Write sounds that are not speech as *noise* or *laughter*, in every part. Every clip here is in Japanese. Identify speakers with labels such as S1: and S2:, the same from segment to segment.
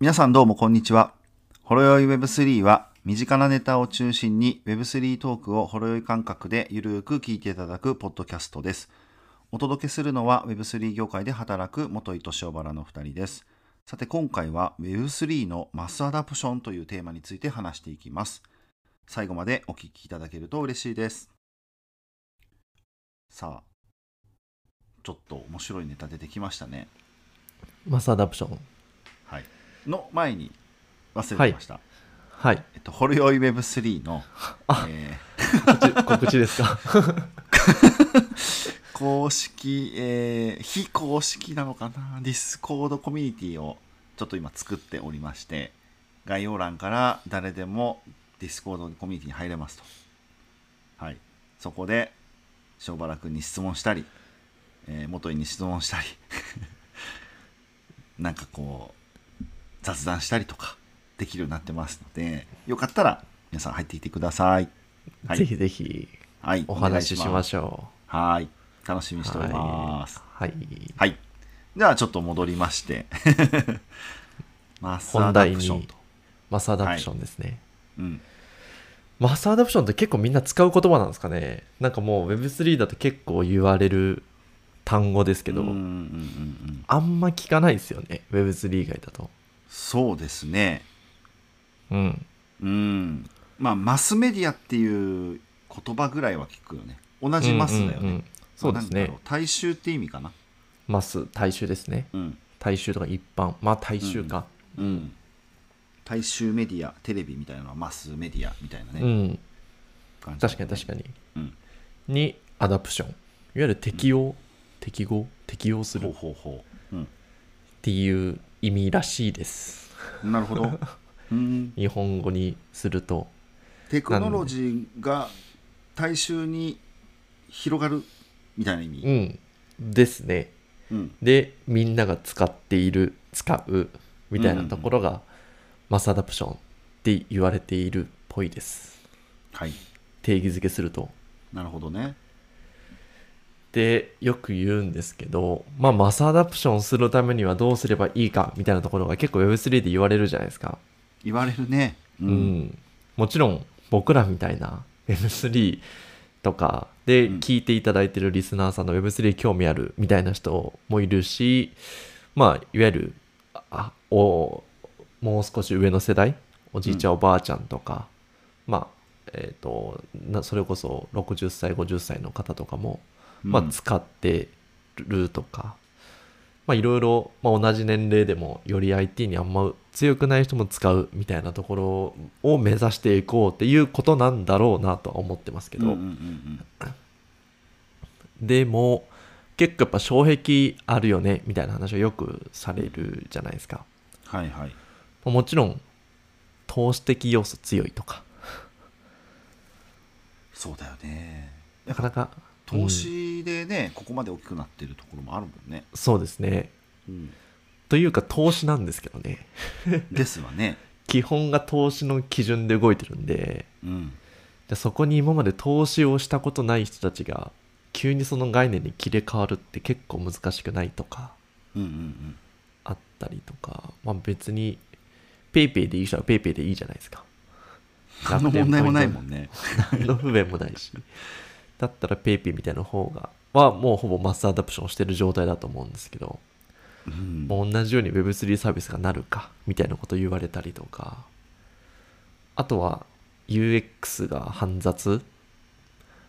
S1: 皆さんどうもこんにちは。ほろよい Web3 は身近なネタを中心に Web3 トークをほろよい感覚でゆるーく聞いていただくポッドキャストです。お届けするのは Web3 業界で働く元井敏夫原の2人です。さて今回は Web3 のマスアダプションというテーマについて話していきます。最後までお聞きいただけると嬉しいです。さあ、ちょっと面白いネタ出てきましたね。
S2: マスアダプション。
S1: はい、の前に忘れてました。
S2: はい。
S1: えっと、ホルヨイ Web3 の、
S2: あ
S1: え
S2: 告 *laughs* 知告知ですか。
S1: ー公式、えー非公式なのかな、ディスコードコミュニティをちょっと今作っておりまして、概要欄から誰でもディスコードコミュニティに入れますと。はい。そこで、塩原くんに質問したり、えー元井に質問したり、 *laughs* なんかこう、雑談したりとかできるようになってますので、よかったら皆さん入ってきてください。はい
S2: ぜひぜひ
S1: はい。
S2: お話ししまし
S1: ょう。
S2: ょ
S1: はい。楽しみ
S2: う。
S1: にしております。
S2: はい。
S1: はい。じゃあちょっと戻りまして。 *laughs* マスア
S2: 本
S1: ダ
S2: 題
S1: プション
S2: に
S1: と。
S2: マスアダプションですね。
S1: うん。
S2: マスアダプションって結構みんな使う言葉なんですかね。なんかもう Web3 だと結構言われる単語ですけど、
S1: うんうんうんうん。
S2: あんま聞かないですよね。Web3 以外だと。
S1: そうですね。
S2: うん。
S1: うん。まあ、マスメディアっていう言葉ぐらいは聞くよね。同じマスだよね。
S2: うんうんうんそうです
S1: なんだろ
S2: ね。
S1: 大衆って意味かな。
S2: マス、大衆ですね。
S1: うん。
S2: 大衆とか一般。まあ大衆か。
S1: うん。大衆メディア、テレビみたいなのはマスメディアみたいなね。
S2: うん。
S1: 感じだよ
S2: 確
S1: ね
S2: かに確かに。
S1: うん。
S2: にアダプションいわゆる適応、適合適応する
S1: ほう
S2: っ
S1: ほうほう。うん。
S2: ていう意味らしいです
S1: なるほ
S2: *laughs*
S1: ど。うん、
S2: 日本語にすると
S1: テクノロジーが大衆に広がるみたいな意
S2: う
S1: 味。
S2: んですね
S1: うん、
S2: でみんなが使っている使うみたいなところが、マスアダプションって言われているっぽいです
S1: はい、
S2: 定義づけすると
S1: なるほどね。
S2: でよく言うんですけど、まあ、マスアダプションするためにはどうすればいいかみたいなところが結構 Web3 で言われるじゃないですか
S1: 言われるね。う
S2: う。ん、もちろん僕らみたいな Web3 とかで
S1: うん
S2: 聞いていただいてるリスナーさんの Web3 興味あるみたいな人もいるしまあいわゆるあおもう少し上の世代おじいちゃんおばあちゃんとか、まあえっ、となそれこそ60歳50歳の方とかも、まあ、
S1: うん
S2: 使ってるとか、まあ、いろいろ、まあ、同じ年齢でもより IT にあんま強くない人も使うみたいなところを目指していこうっていうことなんだろうなとは思ってますけ
S1: うん
S2: ど、
S1: うんうん
S2: でも結構やっぱ障壁あるよねみたいな話をよくされるじゃないですか
S1: はいはい。
S2: もちろん投資的要素強いとか
S1: そうだよね。
S2: なかなか
S1: 投
S2: うん
S1: 資でね、ここまで大きくなってるところもあるもんね。
S2: そうですね
S1: うん、
S2: というか投資なんですけどね
S1: ですわね。
S2: 基本が投資の基準で動いてるんで
S1: うん、
S2: でそこに今まで投資をしたことない人たちが急にその概念に切れ替わるって結構難しくないとか
S1: うんうんうん。
S2: *laughs* あったりとか、まあ、別に PayPay でいい人は PayPay でいいじゃないですか
S1: 何の問題もないも
S2: ん
S1: んね。
S2: 何の不便もないしだったら PayPay みたいな方がはもうほぼマスアダプションしてる状態だと思うんですけど、
S1: うん、
S2: もう同じように Web3 サービスがなるかみたいなこと言われたりとかあとは UX が煩雑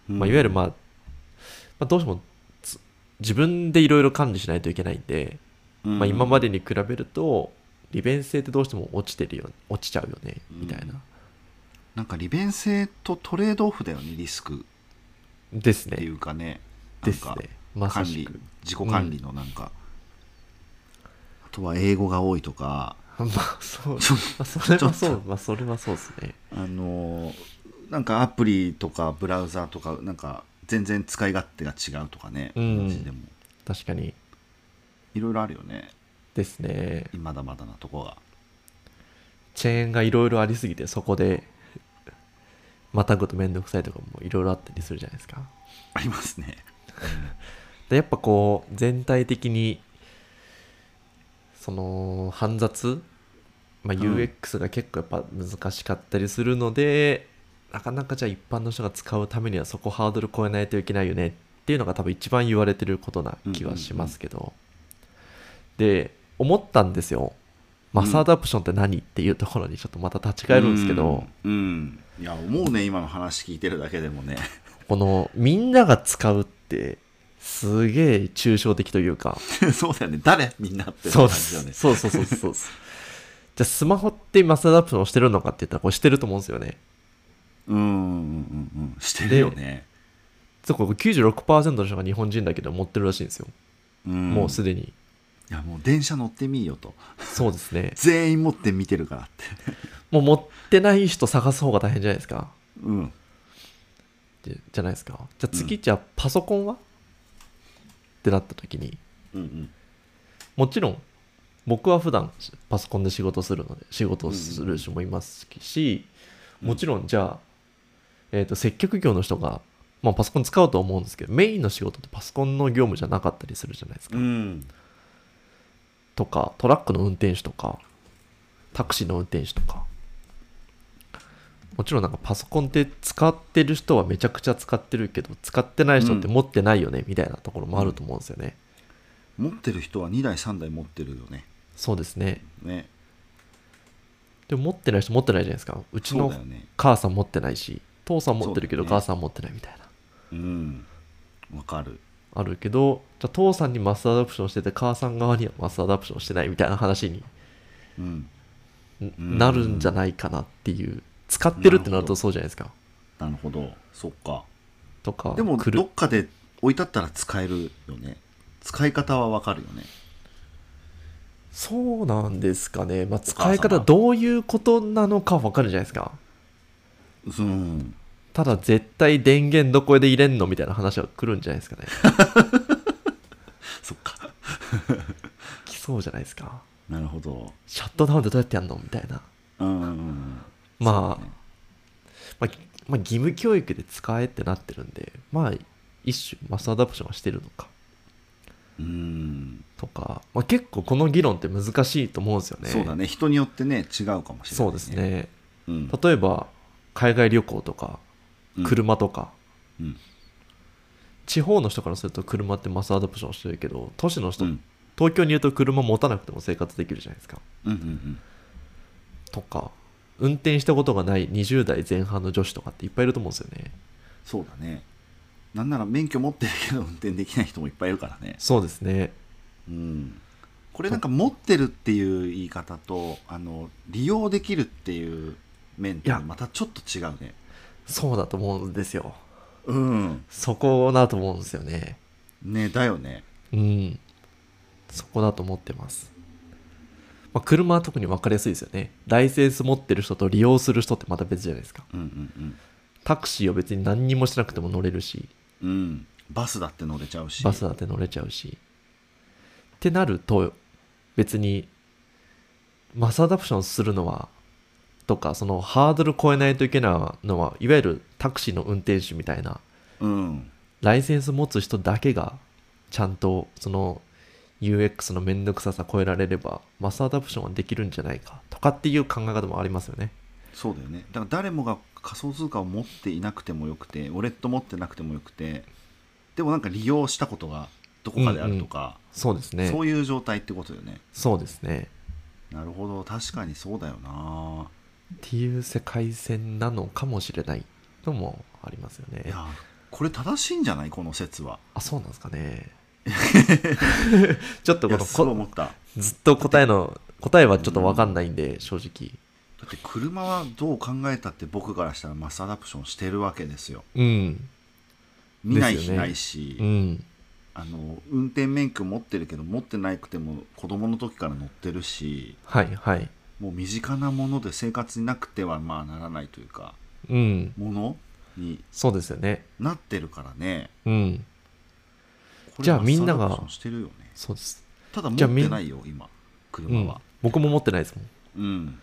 S2: まあ、いわゆる、まあ、まあ、どうしてもつ自分でいろいろ管理しないといけないんで、
S1: うん、
S2: まあ、今ま
S1: で
S2: でに比べると利便性ってどうしても落ちてるよ落ちちゃうよねみたいな、
S1: なんか利便性とトレードオフだよね、リスクっ
S2: です
S1: てい
S2: ね
S1: うかね。なん
S2: です
S1: か
S2: ねま
S1: 管
S2: さ
S1: 理
S2: しく
S1: 自己管理のなんか、あとは英語が多いと
S2: *laughs*
S1: か
S2: まあ
S1: *laughs*
S2: そうまあそれはそうまあそれはそうですね
S1: あのーなんかアプリとかブラウザとかなんか全然使い勝手が違うとかね、
S2: うん
S1: 感じでも
S2: 確かに
S1: いろいろあるよね
S2: ですね
S1: まだまだなとこが
S2: チェーンがいろいろありすぎてそこでまたぐとめんどくさいとかもいろいろあったりするじゃないですか
S1: ありますね
S2: でやっぱこう全体的にその煩雑まあ、
S1: ん
S2: UX が結構やっぱ難しかったりするので、なかなかじゃあ一般の人が使うためにはそこハードル超えないといけないよねっていうのが多分一番言われてることな気はしますけど、で思ったんですよマサードアプションって何っていうところにちょっとまた立ち返るんですけど、
S1: うん、うんいや思うね今の話聞いてるだけでも
S2: *laughs*
S1: ね
S2: このみんなが使うってすげえ抽象的というか
S1: そうだよね誰みんなって
S2: そう
S1: 感
S2: で
S1: じだよね
S2: す。そうそうそうそうです。じゃあスマホってマスタードアップションしてるのかって言ったらこれしてると思うんですよね。
S1: うんうんうんうんしてるよね
S2: そこ96%の人が日本人だけど持ってるらしいんですよ。
S1: うん
S2: もうすでに。
S1: いやもう電車乗ってみいよと
S2: そうですね。
S1: 全員持って見てるからって
S2: もう持ってない人探す方が大変じゃないですか。
S1: うん
S2: じゃじゃないですか。じゃあ次、じゃあパソコンはってなった時に、
S1: うんうん
S2: もちろん僕は普段パソコンで仕事するので仕事をする人もいますし、もちろんじゃあ、えー、と接客業の人が、まあ、パソコン使うと思うんですけどメインの仕事ってパソコンの業務じゃなかったりするじゃないですか、
S1: うん
S2: とかトラックの運転手とかタクシーの運転手とかもちろんなんかパソコンって使ってる人はめちゃくちゃ使ってるけど使ってない人って持ってないよね、みたいなところもあると思うんですよね、
S1: 持ってる人は2台3台持ってるよね
S2: そうですね
S1: ね
S2: でも持ってない人持ってないじゃないですかうち
S1: そう
S2: の
S1: だよね
S2: 母さん持ってないし父さん持ってるけど
S1: そうだよね
S2: 母さん持ってないみたいな、
S1: うんわかる
S2: あるけどじゃあ父さんにマスターアダプションしてて母さん側にはマスターアダプションしてないみたいな話に
S1: うん
S2: んなるんじゃないかなっていう使ってるってなるとそうじゃないですか
S1: なるほどそっか
S2: とか
S1: でも
S2: く
S1: どっ
S2: る
S1: かで置いてあったら使えるよね使い方はわかるよね
S2: そうなんですかね、まあ、使
S1: 母
S2: い
S1: 様
S2: 方どういうことなのか分かるじゃないですか
S1: うん
S2: ただ絶対電源どこで入れんのみたいな話は来るんじゃないですかね *laughs*
S1: そっか
S2: 来そうじゃないですか
S1: なるほど
S2: シャットダウンってどうやってやんのみたいな
S1: うんうんうん
S2: まあ
S1: そうね
S2: まあ、ぎまあ義務教育で使えってなってるんでまあ一種マスターアダプションはしてるのか
S1: うん
S2: とか、まあ、結構この議論って難しいと思うんですよね
S1: そうだね人によってね違うかもしれない、
S2: そうですね
S1: うん、
S2: 例えば海外旅行とか
S1: うん、
S2: 車とか、
S1: うん
S2: 地方の人からすると車ってマスターアダプションしてるけど都市の
S1: う
S2: 人、
S1: ん
S2: 東京にいると車持たなくても生活できるじゃないですか
S1: うんうん
S2: とか運転したことがない20代前半の女子とかっていっぱいいると思うんですよね
S1: そうだねなんなら免許持ってるけど運転できない人もいっぱいいるからね
S2: そうですね
S1: うんこれなんか持ってるっていう言い方とあの利用できるっていう面と
S2: いや
S1: またちょっと違うね
S2: そうだと思うんですよ
S1: うん
S2: そこだと思うんですよね。
S1: ねだよね
S2: うん。そこだと思ってます。まあ、車は特に分かりやすいですよね。ライセンス持ってる人と利用する人ってまた別じゃないですか。
S1: うんうん
S2: タクシーを別に何にもしなくても乗れるし、
S1: うんうんバスだって乗れちゃうし
S2: バスだって乗れちゃうし。ってなると、別に、マスアダプションするのは、とか、そのハードル超えないといけないのは、いわゆるタクシーの運転手みたいな、
S1: うん
S2: ライセンス持つ人だけがちゃんとその UX のめんどくささ超えられればマスアダプションはできるんじゃないかとかっていう考え方もありますよね
S1: そうだよねだから誰もが仮想通貨を持っていなくてもよくてウォレット持ってなくてもよくてでもなんか利用したことがどこかであるとか、
S2: そうですね
S1: そ
S2: そう
S1: ういう状態ってことよね
S2: ですね
S1: なるほど確かにそうだよな
S2: っていう世界線なのかもしれないのもありますよ
S1: い
S2: ね
S1: やこれ正しいんじゃないこの説は
S2: あそうなんです
S1: *laughs*
S2: かねちょっと
S1: い
S2: こ
S1: や
S2: の
S1: そう
S2: こ
S1: 思った
S2: ずっと答えの答えはちょっと分かんないんで正直
S1: だって車はどう考えたって僕からしたらマスアダプションしてるわけですよ
S2: うん
S1: 見ない
S2: です
S1: 日
S2: よね
S1: ないし、
S2: うん
S1: あの運転免許持ってるけど持ってなくても子供の時から乗ってるし
S2: はいはい
S1: もう身近なもので生活になくてはまあならないというか
S2: うん
S1: ものに
S2: そうですよね
S1: なってるからね
S2: うん
S1: これ
S2: じゃあ
S1: マス
S2: みんなが
S1: アダプションしてるよね
S2: そうです
S1: ただ持
S2: じゃあ
S1: っ
S2: みん
S1: てないよ今
S2: うん
S1: 車は、
S2: 僕も持ってないですもんだか
S1: うん、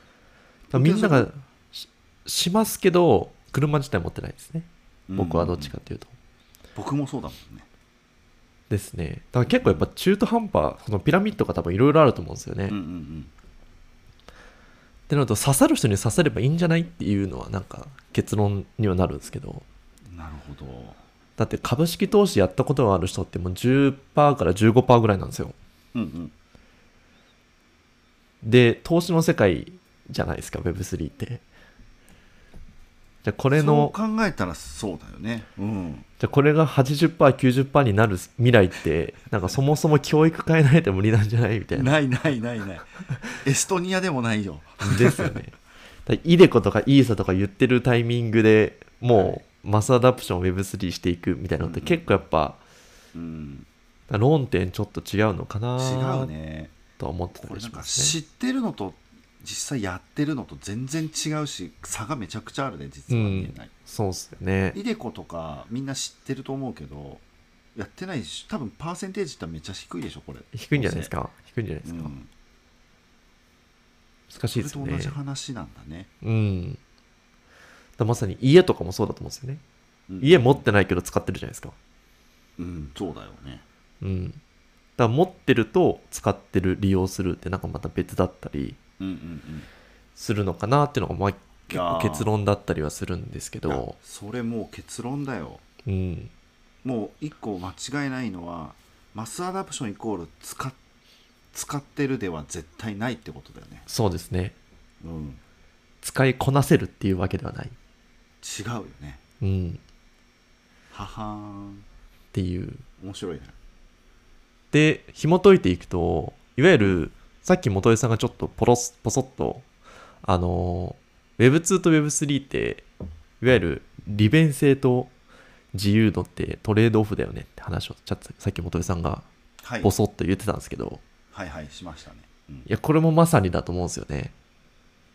S2: らみんながししますけど車自体持ってないですね僕はどっちかっていうと、
S1: 僕もそうだもんね
S2: ですねだから結構やっぱ中途半端このピラミッドが多分いろいろあると思うんですよね、
S1: うんうん
S2: ってなると刺さる人に刺さればいいんじゃないっていうのはなんか結論にはなるんですけど
S1: なるほど
S2: だって株式投資やったことがある人ってもう10%から15%ぐらいなんですよ
S1: うんうん
S2: で投資の世界じゃないですか Web3 ってじゃあこれの
S1: そう考えたらそうだよねうん
S2: じゃあこれが 80%90% になる未来ってなんかそもそも教育変えないと無理なんじゃないみたいな
S1: ないないないない *laughs* エストニアでもないよ
S2: ですよね。だイデコとかイーサとか言ってるタイミングでもうマスアダプションを Web3 していくみたいなのって
S1: うん
S2: 結構やっぱ
S1: うん
S2: 論点ちょっと違うのかな
S1: 違うね
S2: とは思ってた
S1: こ
S2: り
S1: れな
S2: し
S1: んか
S2: ます
S1: 知
S2: ね。
S1: ってるのと実際やってるのと全然違うし差がめちゃくちゃあるね実は見えない、
S2: そうっすよね。
S1: イデコとかみんな知ってると思うけどやってないし多分パーセンテージってめっちゃ低いでしょこれ
S2: 低いんじゃないですか。低いんじゃないで
S1: う
S2: すか。
S1: ん
S2: 難し
S1: そ
S2: い
S1: れ
S2: です
S1: と
S2: よ
S1: 同
S2: ね
S1: じ。話なんだね
S2: うん。だからまさに家とかもそうだと思うんですよね。家持ってないけど使ってるじゃないですか。
S1: うんそうだよね
S2: うん。だから持ってると使ってる利用するってなんかまた別だったり。
S1: うんうんうん
S2: するのかなっていうのが、まあ、
S1: い
S2: 結構
S1: やー
S2: 結論だったりはするんですけ
S1: いや
S2: ど、
S1: それもう結論だよ
S2: うん、
S1: もう一個間違いないのはマスアダプションイコール使っ使ってるでは絶対ないってことだよね
S2: そうですね
S1: うん
S2: 使いこなせるっていうわけではない、
S1: 違うよね
S2: うん、
S1: ははーん
S2: っていう
S1: 面白いね
S2: で紐解いていくといわゆるさっき元井さんがちょっとポロスポソッとあの Web2 と Web3 っていわゆる利便性と自由度ってトレードオフだよねって話をちょっとさっき元井さんが
S1: はい
S2: ボソッと言ってたんですけど
S1: はいはいしましたねうん
S2: いやこれもまさにだと思うんですよね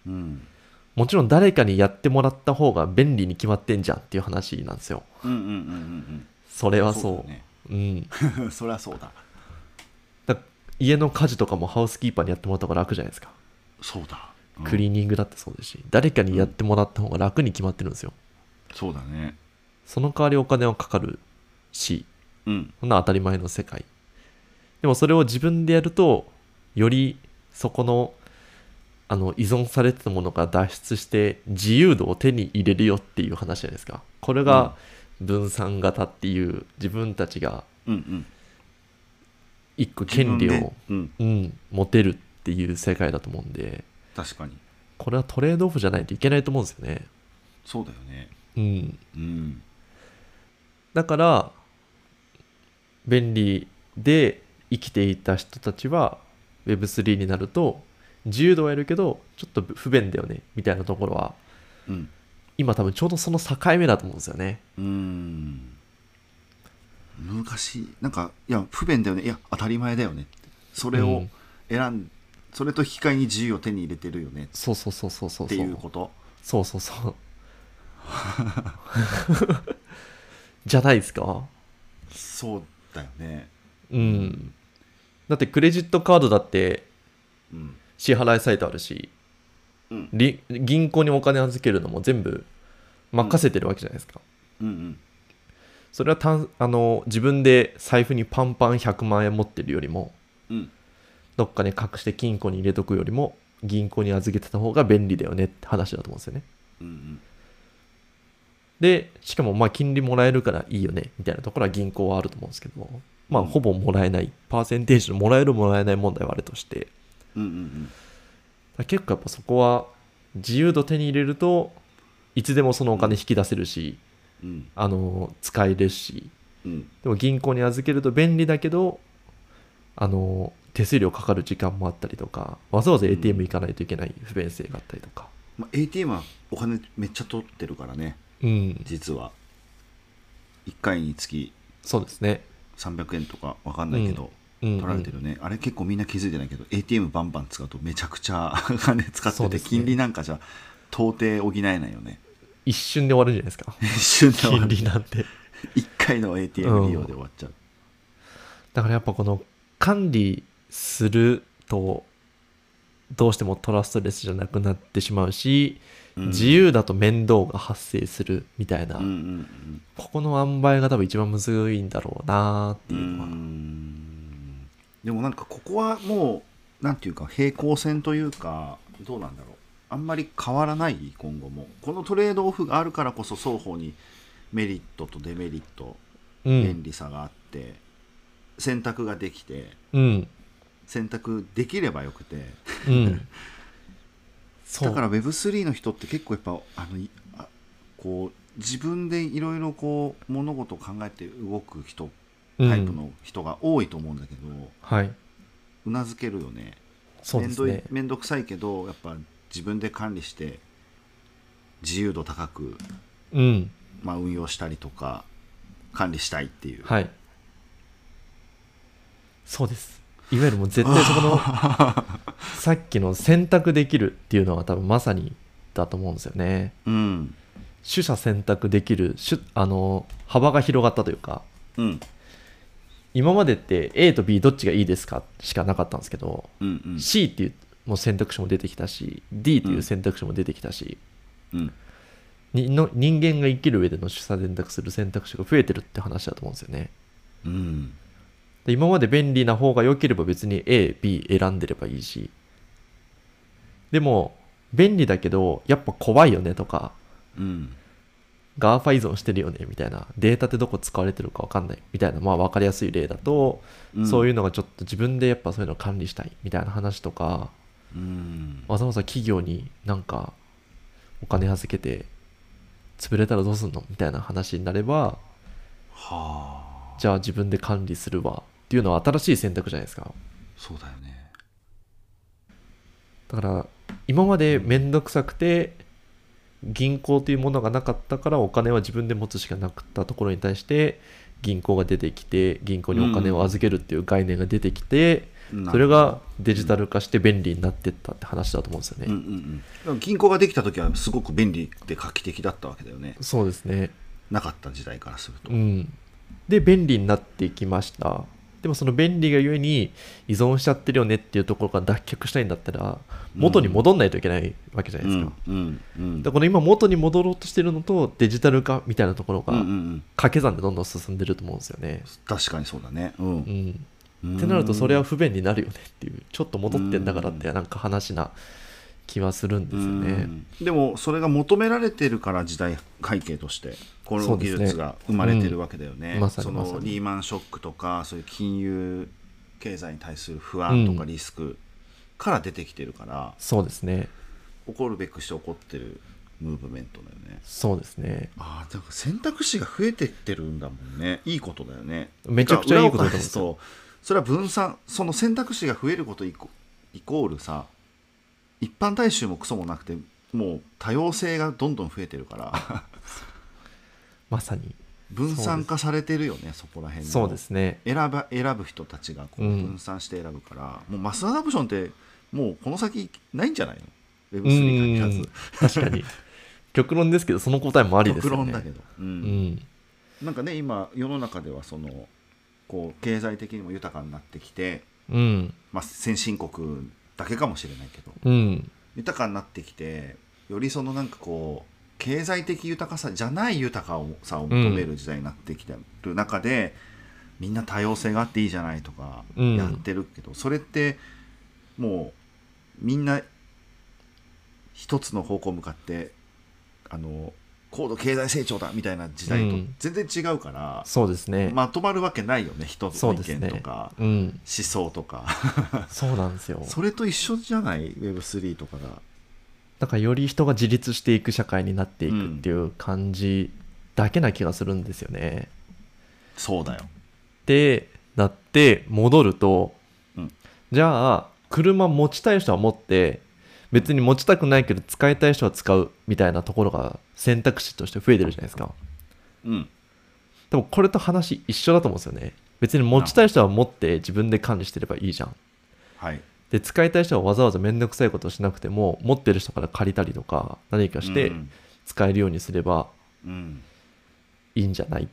S1: うん
S2: もちろん誰かにやってもらった方が便利に決まってんじゃんっていう話なんですよ。
S1: うんうんうんうん
S2: それはそう。う
S1: ね *laughs*
S2: ん。
S1: そりゃそうだ
S2: だ家の家事とかもハウスキーパーにやってもらった方が楽じゃないですか。
S1: そうだ、うん
S2: クリーニングだってそうですし、誰かにやってもらった方が楽に決まってるんですよ。
S1: そうだね
S2: その代わりお金はかかるし、
S1: うん
S2: そんな当たり前の世界。でもそれを自分でやると、よりそこの、あの依存されてたものが脱出して自由度を手に入れるよっていう話じゃないですかこれが分散型っていう自分たちが
S1: うんうん
S2: 一個権利
S1: 自
S2: を
S1: 分、でうん
S2: うん、持てるっていう世界だと思うんで
S1: 確かに
S2: これはトレードオフじゃないといけないと思うんですよね
S1: そうだよね
S2: うん
S1: うん
S2: だから便利で生きていた人たちは Web3 になると自由度はやるけどちょっと不便だよねみたいなところは
S1: うん
S2: 今多分ちょうどその境目だと思うんですよね
S1: うーん難しいなんかいや不便だよねいや当たり前だよねってそれ
S2: う
S1: を
S2: ん
S1: 選ん、それと引き換えに自由を手に入れてるよね
S2: そうそうそうそうそう
S1: って
S2: そ
S1: いう
S2: う
S1: こと
S2: そうそうそうじゃないですか
S1: そうだよね
S2: うん、だってクレジットカードだって
S1: うん
S2: 支払いサイトあるし、
S1: うん
S2: り銀行にお金預けるのも全部任せてるわけじゃないですか、
S1: うんうん
S2: それはたんあの自分で財布にパンパン100万円持ってるよりも
S1: うん
S2: どっかに隠して金庫に入れとくよりも銀行に預けてた方が便利だよねって話だと思うんですよね
S1: うんうん
S2: でしかもまあ金利もらえるからいいよねみたいなところは銀行はあると思うんですけどまあ
S1: うん
S2: ほぼもらえないパーセンテージのもらえるもらえない問題はあるとして
S1: うんうん
S2: 結構やっぱそこは自由度手に入れるといつでもそのお金引き出せるし、
S1: うんうん
S2: あの使えるし
S1: うん
S2: でも銀行に預けると便利だけどあの手数料かかる時間もあったりとかわざわざ ATM 行かないといけない不便性があったりとか、
S1: まあ、ATM はお金めっちゃ取ってるからね
S2: うん、
S1: 実は1回につき
S2: そうですね、
S1: 300円とかわかんないけど、
S2: うんうん
S1: 取られてるよね、あれ結構みんな気づいてないけど ATM バンバン使うとめちゃくちゃ *laughs* 金使っ
S2: そう
S1: て
S2: で
S1: て
S2: すね
S1: 金利なんかじゃ到底補えないよね
S2: 一瞬で終わるじゃないですか
S1: 一瞬で終わ
S2: *laughs* 金
S1: る
S2: 利なんて
S1: 1回の ATM 利用で終わっちゃう、
S2: だからやっぱこの管理するとどうしてもトラストレスじゃなくなってしまうし、
S1: うん
S2: 自由だと面倒が発生するみたいな、
S1: うんうん
S2: ここの塩梅が多分一番むずいんだろうなって
S1: うんう
S2: いうのは、
S1: んでもなんかここはもうなんていうか平行線というかどうなんだろうあんまり変わらない今後もこのトレードオフがあるからこそ双方にメリットとデメリット
S2: う
S1: 便
S2: ん。
S1: 利さがあって、選択ができて
S2: うん。
S1: 選択できればよくて
S2: うん。そう。
S1: だから Web3 の人って結構やっぱあのいあこう自分でいろいろこう物事を考えて動く人タイプ
S2: うん。
S1: の人が多いと思うんだけど、
S2: はい。
S1: うなずけるよね
S2: そうですね。
S1: 面倒くさいけどやっぱ自分で管理して自由度高く、
S2: うん。
S1: まあ、運用したりとか管理したいっていう、
S2: はい。そうです。いわゆるもう絶対
S1: *laughs*
S2: そこの、さっきの選択できるっていうのが多分まさにだと思うんですよね。
S1: うん
S2: 取捨選択できる、取あの、幅が広がったというか、
S1: うん
S2: 今までって A と B どっちがいいですかしかなかったんですけど、
S1: うんうん
S2: C っていうもう選択肢も出てきたし、D という選択肢も出てきたし、
S1: うん
S2: にの人間が生きる上での取捨選択する選択肢が増えてるって話だと思うんですよね。
S1: うん
S2: で今まで便利な方が良ければ別に A、B 選んでればいいし。でも、便利だけど、やっぱ怖いよねとか、
S1: うん
S2: ガーファ依存してるよねみたいな、データってどこ使われてるかわかんないみたいな、まあ分かりやすい例だと、
S1: うん
S2: そういううのがちょっと自分でやっぱそういうのを管理したいみたいな話とか、
S1: うん
S2: わざわざ企業になんかお金預けて、潰れたらどうすんのみたいな話になれば、
S1: はあ
S2: じゃあ自分で管理するわっていうのは新しい選択じゃないですか。
S1: そうだよね
S2: だから今まで面倒くさくて銀行というものがなかったからお金は自分で持つしかなかったところに対して銀行が出てきて銀行にお金を預けるっていう概念が出てきて、それがデジタル化して便利になってったって話だと思うんですよね、
S1: うんうんうんでも銀行ができた時はすごく便利で画期的だったわけだよね
S2: そうですね
S1: なかった時代からすると
S2: うんで便利になっていきましたでもその便利がゆえに依存しちゃってるよねっていうところから脱却したいんだったら元に戻んないといけないわけじゃないですか、
S1: うんうん
S2: だからこの今元に戻ろうとしてるのとデジタル化みたいなところが
S1: うんうんうん
S2: 掛け算でどんどん進んでると思うんですよね。
S1: 確かにそうだねう
S2: うん
S1: う
S2: ん、
S1: ん
S2: ってなるとそれは不便になるよねっていうちょっと戻ってんだからってなんか話な気はするんですよ
S1: う
S2: ね。
S1: んでもそれが求められてるから時代背景としてこ
S2: そ
S1: の
S2: うで
S1: 技
S2: すね
S1: 術が生まれてるわけだよね。
S2: うんまさに
S1: そ
S2: まさ
S1: の
S2: に
S1: リーマンショックとかそういう金融経済に対する不安とか
S2: うん
S1: リスクから出てきてるから、
S2: そうですね。
S1: 起こるべくして起こってるムーブメントだよね。
S2: そうですね。
S1: ああだから選択肢が増えてってるんだもんねいいことだよね。
S2: めちゃくちゃいいことだと思うん
S1: で
S2: です
S1: す
S2: よ
S1: とそれは分散その選択肢が増えることイコイコールさ一般大衆もクソもなくてもう多様性がどんどん増えてるから
S2: *laughs* まさに。
S1: 分散化されてるよねそこら辺の
S2: そうですね。
S1: 選ば選ぶ人たちがこう
S2: うん
S1: 分散して選ぶから、もうマスアダプションってもうこの先ないんじゃないの
S2: う
S1: ?Web3 限ら
S2: ん
S1: ず。
S2: 確かに。 *laughs* 極論ですけどその答えもありです
S1: 極
S2: よ
S1: 論
S2: ね。
S1: だけど、うん
S2: うん。
S1: なんかね今世の中ではそのこう経済的にも豊かになってきて、
S2: うん。
S1: まあ、先進国だけかもしれないけど
S2: うん。
S1: 豊かになってきてよりそのなんかこう経済的豊かさじゃない豊かさを求める時代になってきてる中で、みんな多様性があっていいじゃないとか
S2: うん
S1: やってるけど、それってもうみんな一つの方向向かってあの高度経済成長だみたいな時代と
S2: うん
S1: 全然違うから、
S2: そうですね。
S1: まとまるわけないよね一つの
S2: そう
S1: 意
S2: です
S1: 見
S2: ね
S1: とか、
S2: うん。
S1: 思想とか
S2: そうなんですよ。
S1: それと一緒じゃない Web3 とかが。
S2: だからより人が自立していく社会になっていくっていう感じだけな気がするんですよね。
S1: そうだよ
S2: でなって戻ると、
S1: うん
S2: じゃあ車持ちたい人は持って別に持ちたくないけど使いたい人は使うみたいなところが選択肢として増えてるじゃないですか。
S1: うん
S2: でもこれと話一緒だと思うんですよね。別に持ちたい人は持って自分で管理してればいいじゃん。
S1: はい
S2: で使いたい人はわざわざ面倒くさいことをしなくても持ってる人から借りたりとか何かして
S1: うん
S2: 使えるようにすれば
S1: うん
S2: いいんじゃないっ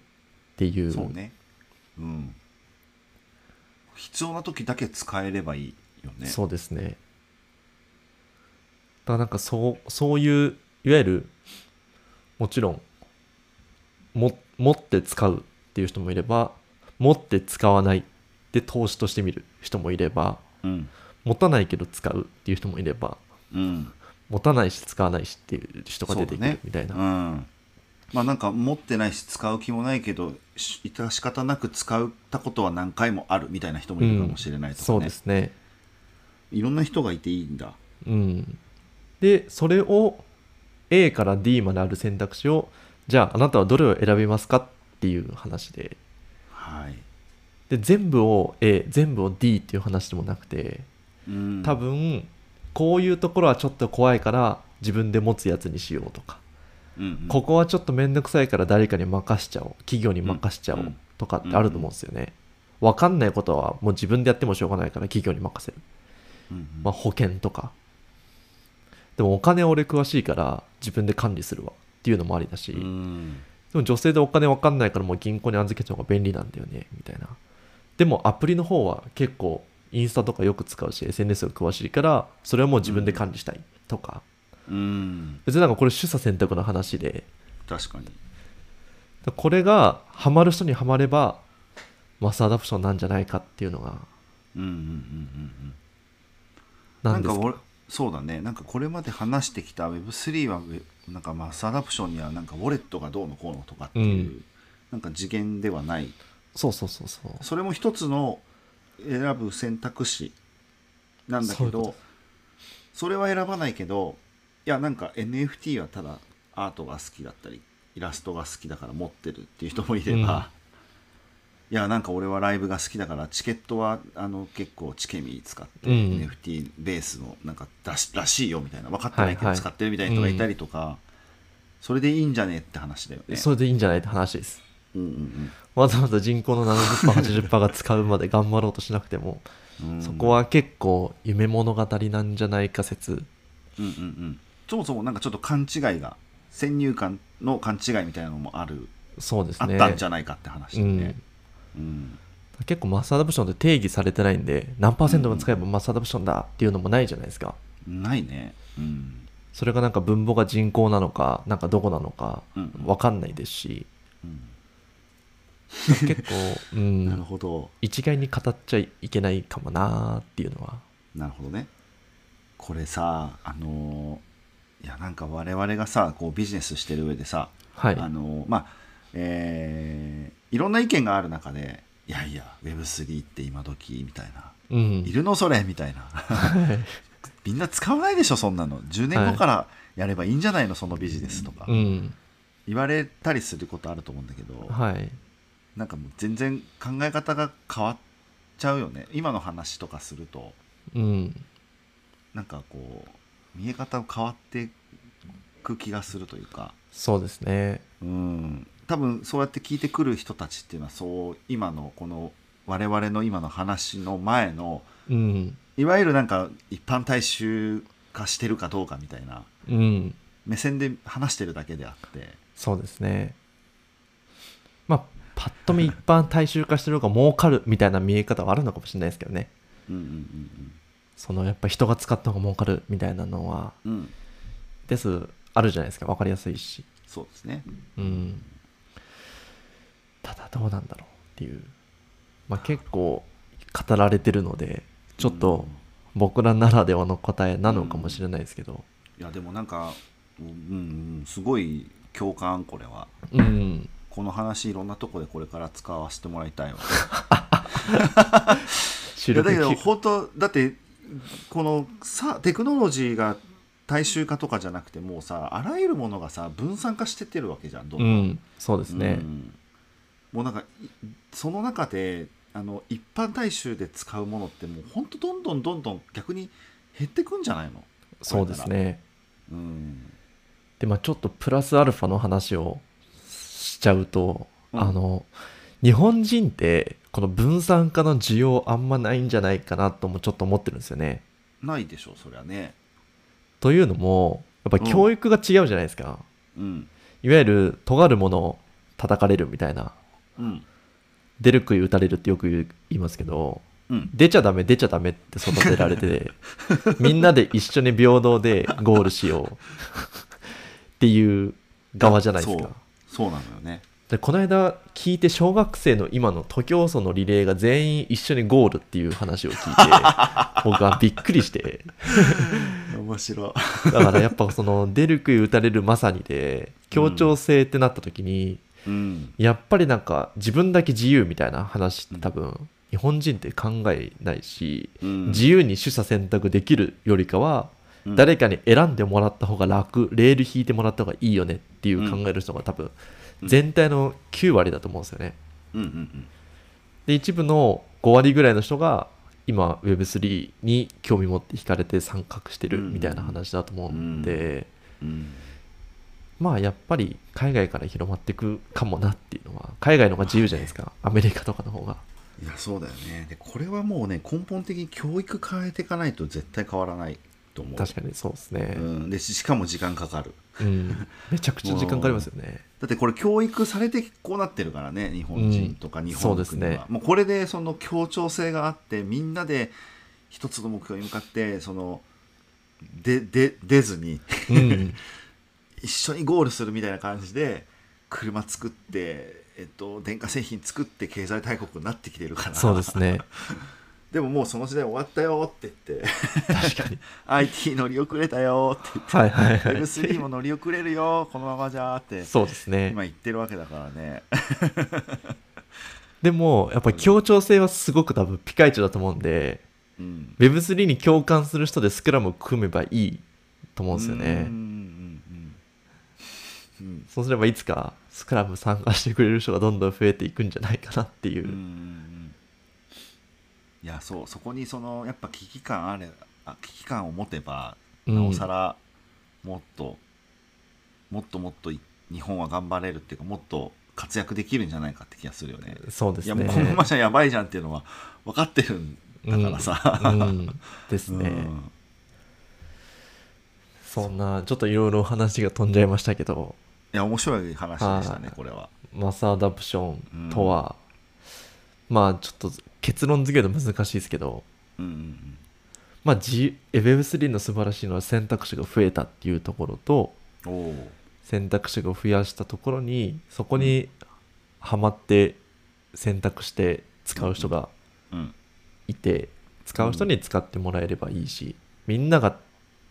S2: ていう
S1: そうねうん必要な時だけ使えればいいよね
S2: そうですねだからなんかそうそういういわゆるもちろんも持って使うっていう人もいれば持って使わないで投資として見る人もいれば
S1: うん
S2: 持たないけど使うっていう人もいれば
S1: うん
S2: 持たないし使わないしっていう人が出て
S1: そう
S2: く
S1: だね
S2: るみたいな、
S1: うんまあなんか持ってないし使う気もないけどし致し方なく使ったことは何回もあるみたいな人もいるかもしれないとかね、
S2: そうですね
S1: いろんな人がいていいんだ
S2: うんでそれを A から D まである選択肢をじゃああなたはどれを選びますかっていう話で
S1: はい
S2: で全部を A 全部を D っていう話でもなくて
S1: うん
S2: 多分こういうところはちょっと怖いから自分で持つやつにしようとか
S1: うんうん
S2: ここはちょっと面倒くさいから誰かに任しちゃおう企業に任しちゃお
S1: うんう
S2: うんとかってあると思うんですよね分かんないことはもう自分でやってもしょうがないから企業に任せる、
S1: うんうん
S2: まあ、保険とかでもお金俺詳しいから自分で管理するわっていうのもありだし、
S1: うん
S2: でも女性でお金わかんないからもう銀行に預けちゃう方が便利なんだよねみたいなでもアプリの方は結構インスタとかよく使うし SNS が詳しいからそれはもう自分で管理したいとか、
S1: うん
S2: 別になんかこれ取捨選択の話で
S1: 確かに
S2: これがハマる人にはまればマスアダプションなんじゃないかっていうのが
S1: うんうんうんうんうん
S2: なんです
S1: か
S2: か
S1: 俺そうだねなんかこれまで話してきた Web3 はウェなんかマスアダプションにはなんかウォレットがどうのこうのとかっていう、
S2: う
S1: なんか次元ではない
S2: そうそうそうそう
S1: それも一つの選ぶ選択肢なんだけ
S2: そういうこ
S1: ど
S2: と
S1: それは選ばないけどいやなんか NFT はただアートが好きだったりイラストが好きだから持ってるっていう人もいれば、いやなんか俺はライブが好きだからチケットはあの結構チケミ使って、
S2: うん
S1: NFT ベースのなんかだしらしいよみたいな分かってないけ
S2: は
S1: ど
S2: いはい
S1: 使ってるみたいな人がいたりとか、それでいいんじゃねって話だよね。
S2: それでいいんじゃないって話です
S1: うんうん
S2: わざわざ人口の 70%80% が使うまで頑張ろうとしなくても
S1: うんうん
S2: そこは結構夢物語なんじゃないか説
S1: うんうんうん、そもそもなんかちょっと勘違いが先入観の勘違いみたいなのもある、
S2: そうです
S1: あっ
S2: ね
S1: たんじゃないかって話だ
S2: う
S1: よね
S2: ん、、
S1: うん
S2: 結構マスアダプションって定義されてないんで何パーセントが使えばマスアダプションだっていうのもないじゃないですか
S1: ないねうん
S2: それがなんか分母が人口なのかなんかどこなのか
S1: うん
S2: 分かんないですし
S1: うん
S2: 結構、う
S1: *laughs* なる
S2: ん、
S1: ほど
S2: 一概に語っちゃいけないかもなーっていうのは
S1: なるほどねこれさあのーいやなんか我々がさこうビジネスしてる上でさ、
S2: はい
S1: あのーまあえーいろんな意見がある中でいやいや Web3 って今時みたいな
S2: う
S1: い
S2: ん
S1: るのそれみたいな
S2: はい
S1: みんな使わないでしょそんなの10年後からやればいいんじゃないのそのビジネスとか、
S2: うん
S1: 言われたりすることあると思うんだけど
S2: はい
S1: なんかもう全然考え方が変わっちゃうよね今の話とかすると
S2: うん
S1: なんかこう見え方変わってく気がするというか
S2: そうですね
S1: うん多分そうやって聞いてくる人たちっていうのはそう今のこの我々の今の話の前の
S2: うん
S1: いわゆるなんか一般大衆化してるかどうかみたいな
S2: うん
S1: 目線で話してるだけであって
S2: そうですねまあパッと見一般大衆化してる方が儲かるみたいな見え方はあるのかもしれないですけどね
S1: うんうん
S2: そのやっぱ人が使った方が儲かるみたいなのは
S1: うんうんうん
S2: ですあるじゃないですか分かりやすいし
S1: そうですね
S2: うんただどうなんだろうっていうまあ結構語られてるのでちょっと僕らならではの答えなのかもしれないですけど
S1: いやでもなんか、うんうん、すごい共感これは
S2: うん
S1: この話いろんなとこでこれから使わせてもらいたいわい
S2: 収
S1: や
S2: 録
S1: だ
S2: き
S1: けど本当だってこのさテクノロジーが大衆化とかじゃなくてもうさあらゆるものがさ分散化してってるわけじゃんどん
S2: う
S1: どん
S2: んそうですね
S1: うんもうなんかいその中であの一般大衆で使うものってもう本当どんどんどんどん逆に減ってくんじゃないの
S2: そうですね
S1: うん
S2: でまあちょっとプラスアルファの話をしちゃうと、
S1: うん
S2: あの日本人ってこの分散化の需要あんまないんじゃないかなともちょっと思ってるんですよね。
S1: ないでしょそりゃね
S2: というのもやっぱ教育が違うじゃないですか、
S1: うん
S2: いわゆる尖るものを叩かれるみたいな
S1: うん
S2: 出る杭打たれるってよく言う言いますけど
S1: うん
S2: 出ちゃダメ出ちゃダメって育てら
S1: *laughs*
S2: れてみんなで一緒に平等でゴールしようっていう側じゃないです
S1: そう
S2: か。
S1: そうなのよね
S2: でこの間聞いて小学生の今の徒競走のリレーが全
S1: *laughs*
S2: 員一緒にゴールっていう話を聞いて僕はびっくりして
S1: 面白
S2: だからやっぱその出る杭打たれるまさにで協調性ってなった時に、
S1: い。うん。
S2: やっぱりなんか自分だけ自由みたいな話って多分日本人って考えないし、
S1: うん
S2: 自由に取捨選択できるよりかは、
S1: うん
S2: 誰かに選んでもらった方が楽レール引いてもらった方がいいよねっていう考える人が多分
S1: うん
S2: 全体の9割だと思うんですよね。
S1: うんうん
S2: で一部の5割ぐらいの人が今 Web3 に興味持って惹かれて参画してるみたいな話だと思うんで、
S1: うん。うん。
S2: まあやっぱり海外から広まっていくかもなっていうのは海外の方が自由じゃないですかアメリカとかの方が
S1: いや、そうだよね。で、これはもうね、根本的に教育変えていかないと絶対変わらないと思う。
S2: 確かにそうですね、
S1: うん。で、ししかも時間かかる。
S2: うん、めちゃくちゃ時間かかりますよね
S1: だってこれ教育されてこうなってるからね日本人とか
S2: うん
S1: 日本の
S2: そう
S1: 国は、
S2: ですね
S1: もうこれでその協調性があってみんなで一つの目標に向かってそのでで出ずに *laughs*
S2: うん
S1: 一緒にゴールするみたいな感じで車作って、えっと、電化製品作って経済大国になってきてるから
S2: そうですね
S1: でももうその時代終わったよって言って *laughs*
S2: 確かに
S1: IT 乗り遅れたよって
S2: はいはい
S1: 言って
S2: は
S1: Web3 も乗り遅れるよこのままじゃーって
S2: いそうです *laughs* ね
S1: 今言ってるわけだからね。
S2: でもやっぱり協調性はすごく多分ピカイチだと思うんで
S1: うん、
S2: Web3 に共感する人でスクラムを組めばいいと思うんですよ
S1: うんうん
S2: ね
S1: うんうん
S2: そうすればいつかスクラム参加してくれる人がどんどん増えていくんじゃないかなってい
S1: うんうんうんう
S2: うん
S1: いやそうそこにそのやっぱ危機感あれあ危機感を持てば
S2: うん
S1: なおさらもっと、もっともっとい日本は頑張れるっていうかもっと活躍できるんじゃないかって気がするよね。
S2: そうで
S1: い
S2: す
S1: や
S2: ね
S1: もうこのままじゃやばいじゃんっていうのは分かってるんだからさ。
S2: うんうんですね、
S1: うん
S2: そんなちょっといろいろ話が飛んじゃいましたけど
S1: いや面白い話でしたね
S2: はい
S1: これは。
S2: マスアダプションとは、まあちょっと結論付けるの難しいですけど
S1: うんうんうん
S2: まあ、G、Web3 の素晴らしいのは選択肢が増えたっていうところと
S1: おお。
S2: 選択肢が増やしたところにそこにはまって選択して使う人が
S1: うん
S2: いて使う人に使ってもらえればいいしみんなが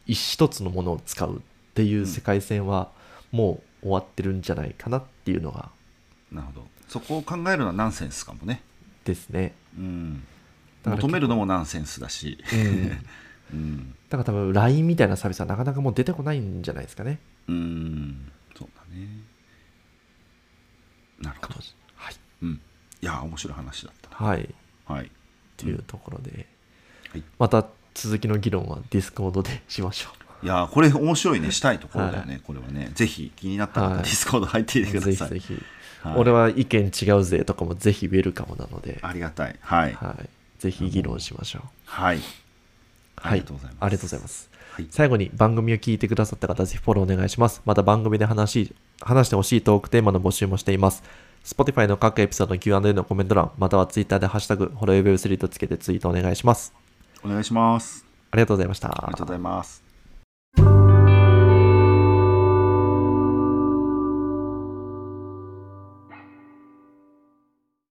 S2: 一一つのものを使うっていう世界線はもう終わってるんじゃないかなっていうのが
S1: なるほどそこを考えるのはナンセンスかもね、
S2: ですね。
S1: うん、
S2: だから
S1: 求めるのもナンセンスだし、
S2: うん、
S1: うん
S2: だから多分 LINE みたいなサービスはなかなかもう出てこないんじゃないです
S1: *laughs*
S2: かね。
S1: うん、そうだねなるほど、
S2: はい、
S1: うん、いやー面白い話だった
S2: はい
S1: なはい
S2: っていうところで、
S1: はい
S2: また続きの議論はディスコードでしましょ
S1: いやーこれ面白いねしたいところだよね、これはねぜひ気になった方、
S2: は
S1: *laughs* デ
S2: い
S1: ィスコード入って
S2: う。
S1: いてくださ
S2: ぜ
S1: い
S2: ひぜひ、
S1: はい
S2: 俺は意見違うぜとかもぜひウェルカムなので、
S1: ありがたいはい、はい
S2: はい、ぜひ議論しましょう。
S1: ありがとうございます
S2: ありがとうございます。
S1: はい
S2: 最後に番組を聞いてくださった方、ぜひフォローお願いします。また番組で話し、話してほしいトークテーマの募集もしています。Spotify の各エピソードの Q&A のコメント欄、または Twitter でハッシュタグ、ホロウェブ3とつけてツイートお願いします。
S1: お願いします
S2: ありがとうございました。
S1: ありがとうございます